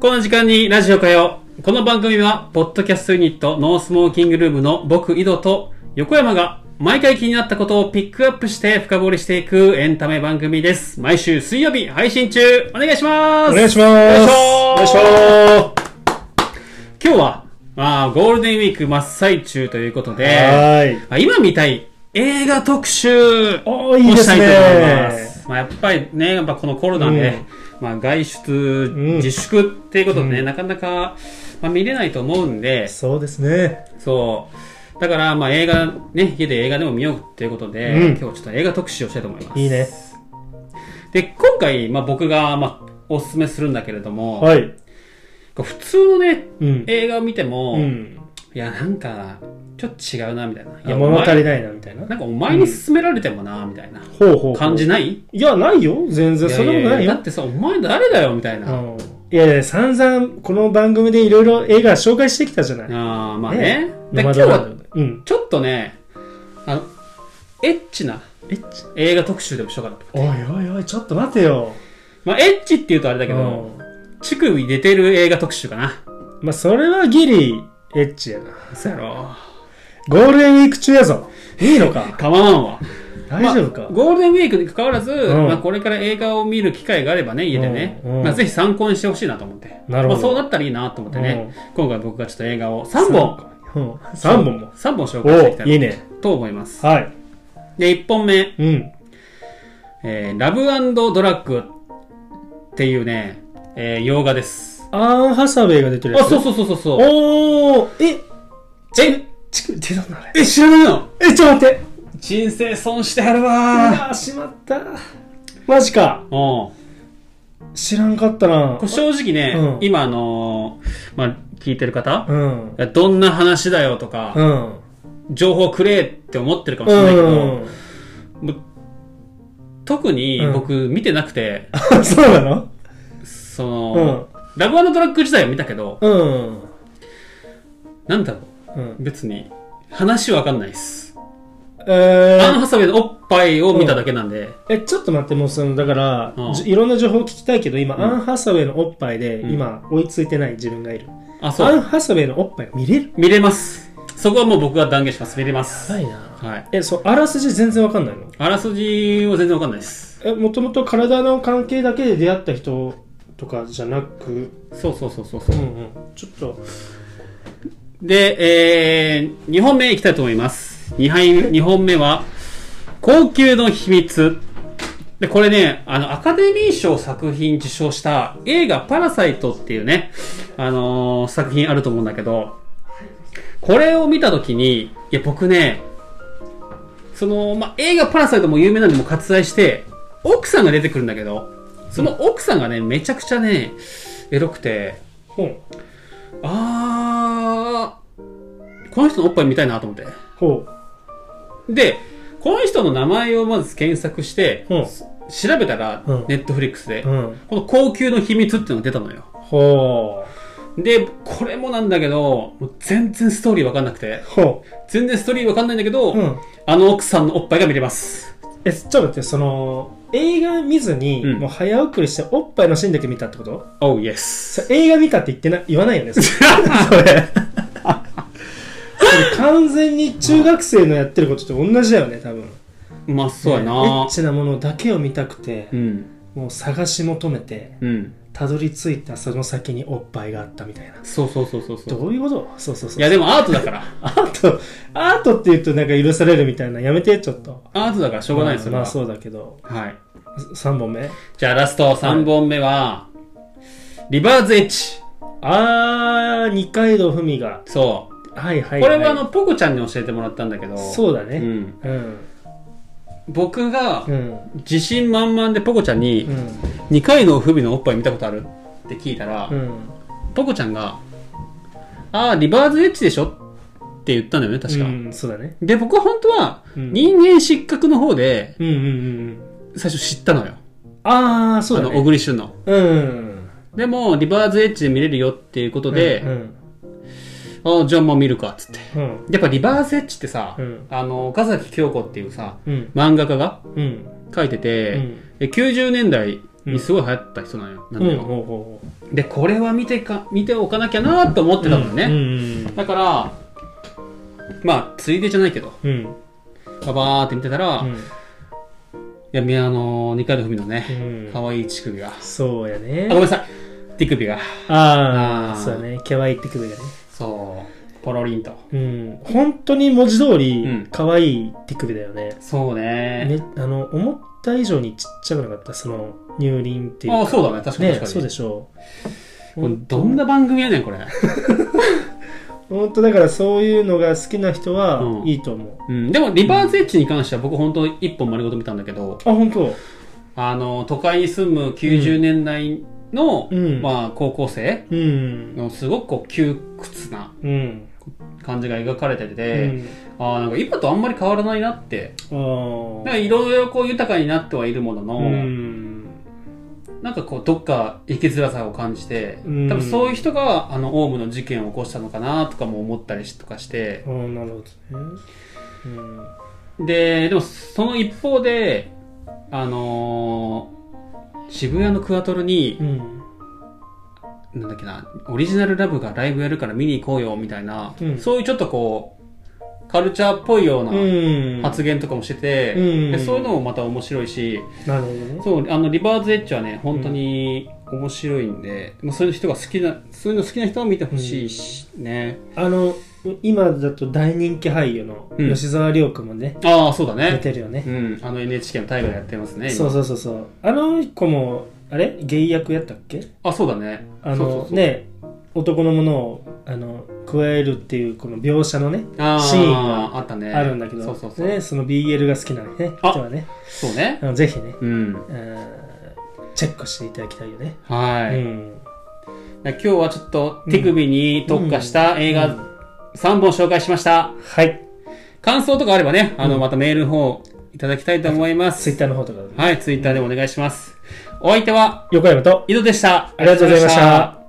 この時間にラジオかよ。この番組は、ポッドキャストユニットノースモーキングルームの僕、井戸と横山が毎回気になったことをピックアップして深掘りしていくエンタメ番組です。毎週水曜日配信中、お願いします。お願いしますお願いします。今日は、まあ、ゴールデンウィーク真っ最中ということで、はーい。まあ今見たい映画特集おーいいをですねしたいと思います。まあ、やっぱりね、やっぱこのコロナで、まあ、外出ん自粛っていうことでね、うんなかなか、まあ、見れないと思うんで、そうですね。そう。だから、まあ、映画、ね、家で映画でも見ようっていうことで、う今ん日ちょっと映画特集をしたいと思います。いいね。で、今回、まあ、僕が、まあ、おすすめするんだけれども、はい。こう普通のね、うん。映画を見ても、うん。いや、なんか、ちょっと違うな、みたいな。いあや、物お足前りないな、みたいな。なんかお前に勧められてもな、みたいな。ほうほうほう。感じないいや、ないよ。全然。そんなことなやいやだよっ。てさ、お前誰だよ、みたいな。あうんいやいや、散々、この番組でいろいろ映画紹介してきたじゃない。あー、まあね。で、今ノマ日ドランはド、うん。ちょっとね、あの、エッチなエッチ映画特集でもしようかなと。おいおいおい、ちょっと待てよ。まあ、エッチって言うとあれだけど、うん乳首出てる映画特集かな。まあ、それはギリ、エッチやな。そうやろ。ゴールデンウィーク中やぞ。いいのか。構わんわ。大丈夫か。ゴールデンウィークに関わらず、んまあ、これから映画を見る機会があればね、家でね、うんうんまあ、ぜひ参考にしてほしいなと思って。なるまほどあ、そうなったらいいなと思ってね、今回僕がちょっと映画を3本、うん。3本も。 3本紹介していきおたいいいね。なと思います。はい。で、1本目、うん。えー、ラブドラッグっていうね、えー、洋画です。アン・ハサウェイが出てるあ、やつ。そうそうそうそうそう。おおええ、ちく出たんだね。え、知らないのえ、ちょっと待って。人生損してやるわああ、しまった。マジか。うん。知らんかったなこれ。正直ね、うん今あのーまあ、聞いてる方、うん。どんな話だよとか、うん。情報くれって思ってるかもしれないけど、うん。もう特にうん僕見てなくて、あそうなのその、ラブドラッグ自体は見たけど、うん。なんだろうんう、。別に、話わかんないっす。えアンー、ハサウェイのおっぱいを見ただけなんで、え、ちょっと待って、もうその、だから、うんじいろんな情報聞きたいけど、今、んアン・ハサウェイのおっぱいで、うん今、追いついてない自分がいる。あ、アそン・う。ハサウェイのおっぱい見れる見れます。そこはもう僕が断言します。見れます。いな。はい。え、そう、あらすじ全然わかんないのあらすじは全然わかんないです。え、もともと体の関係だけで出会った人とかじゃなく、そうそうそうそうそうう。んうん、ちょっと、で、えー、2本目いきたいと思います。2杯、二本目は、高級の秘密。で、これね、あの、アカデミー賞作品受賞した映画パラサイトっていうね、あのー作品あると思うんだけど、これを見たときに、いや、僕ね、その、まあ、映画パラサイトも有名なんでもう割愛して、奥さんが出てくるんだけど、その奥さんがね、めちゃくちゃね、エロくて、ほう、あー、この人のおっぱい見たいなと思って。ほで、この人の名前をまず検索して、うん調べたらうん、ネットフリックスで、う、うん、この高級の秘密っていうのが出たのよ。ほで、これもなんだけど、もう全然ストーリーわかんなくてう、、ほ全然ストーリーわかんないんだけど、う、うん。あの奥さんのおっぱいが見れます。え、ちょっと待って、その、映画見ずに、うんもう早送りして、おっぱいのシーンだけ見たってことおう、イエス。それ映画見たって言ってな、言わないよね、それ。 それ完全に中学生のやってることと同じだよね、多分。まあ、そうやねエなッ。チなものだけを見たくてう、ん。もう探し求めて、うん。たどり着いたその先におっぱいがあったみたいな。そうそうそうそうそう。どういうことそうそうそう。いや、でもアートだから。アート、アートって言うとなんか許されるみたいな。やめて、ちょっと。アートだからしょうがないですよ。まあまあそれそうだけど。ははい。 3本目。じゃあラスト3本目は、リバーズエッジ。あー、二階堂ふみが。そう。はいはい、い。これはあの、ポコちゃんに教えてもらったんだけど、そうだうね。ん。うん。僕がう、ん。自信満々でポコちゃんうに、ん。 2回の不備のおっぱい見たことあるって聞いたらう、ん。ポコちゃんが、あー、リバーズエッジでしょって言ったんだよね、確か。うん、そうだね。で、僕は本当は、うん人間失格の方で、うんうんうん。最初知ったのよ。あー、そうあだの、ね。小栗旬の。うん。でも、リバーズエッジで見れるよっていうことで、うん。あーじゃあまあ見るか、つって。うん。やっぱリバースエッジってさ、うんあの岡崎京子っていうさうん。漫画家がうん。書いてて、うんで90年代にすごい流行った人なんよ。なうんんだほうよほうで、これは見てか、見ておかなきゃなーって思ってたのほう。うね。んだから、まあ、ついでじゃないけど、うんうん。ババーって見てたら、ういんや、みあの、二階堂ふみのうね、ん。可愛い乳首が。あ、そうやねご。めんなさい。手首が。ああーあ、そうやね。キャワイってくるやね。そう。ポロリンと。うん。本当に文字通りうん、可愛い手首だよね。そうね。ね、あの、思った以上にちっちゃくなかった、その、乳輪っていうか。あ、そうだね。確かに確かね、に。そうでしょう。これどんな番組やねん、これ。本当だからそういうのが好きな人はうんいいと思うん、でも、リバーズエッジに関しては僕本当一本丸ごと見たんだけど、う。あ、本当あの、都会に住む90年代の、うんまあ、高校生うん。のすごくこう窮屈なうん。感じが描かれてて、ああなんか今とあんまり変わらないなって、うなん、んあかあ。いろいろこう豊かになってはいるものの、うん。なんかこうどっか生きづらさを感じて、うん多分そういう人があのオウムの事件を起こしたのかなとかも思ったりとかして、ああ、なるほどね。うん。で、でもその一方で、あのー渋谷のクアトロにう、ん。なんだっけな、オリジナルラブがライブやるから見に行こうよみたいな、うんそういうちょっとこう、カルチャーっぽいようなうん。発言とかもしてて、うんでそういうのもまた面白いし、なるほどね。そう、あの、リバーズエッジはね、本当に面白いんで、まあそういう人が好きな、そういうの好きな人も見てほしいし、ね。あの、今だと大人気俳優のうん吉沢亮君もね、ああ、そうだ出ね。てるよねう。ん、あの NHK の大河でやってますね。今そうそうそうそう。あの子も、あれゲイ役やったっけあ、そうだね。あのそうそうそうね、男のものを、あの、加えるっていう、この描写のね、あシーンがあったねあるんだけど、そうそうそう、ね、その BL が好きなねあ人はねそうねあのぜひね、うんえーチェックしていただきたいよね、はい、うん、今日はちょっと手首に特化した映う画ん3本紹介しましたはい感想とかあればねあのうんまたメールの方いただきたいと思いまツイす、ッターの方とかでねはいツイッターでお願いしますお相手は横山と井戸でしたありがとうございました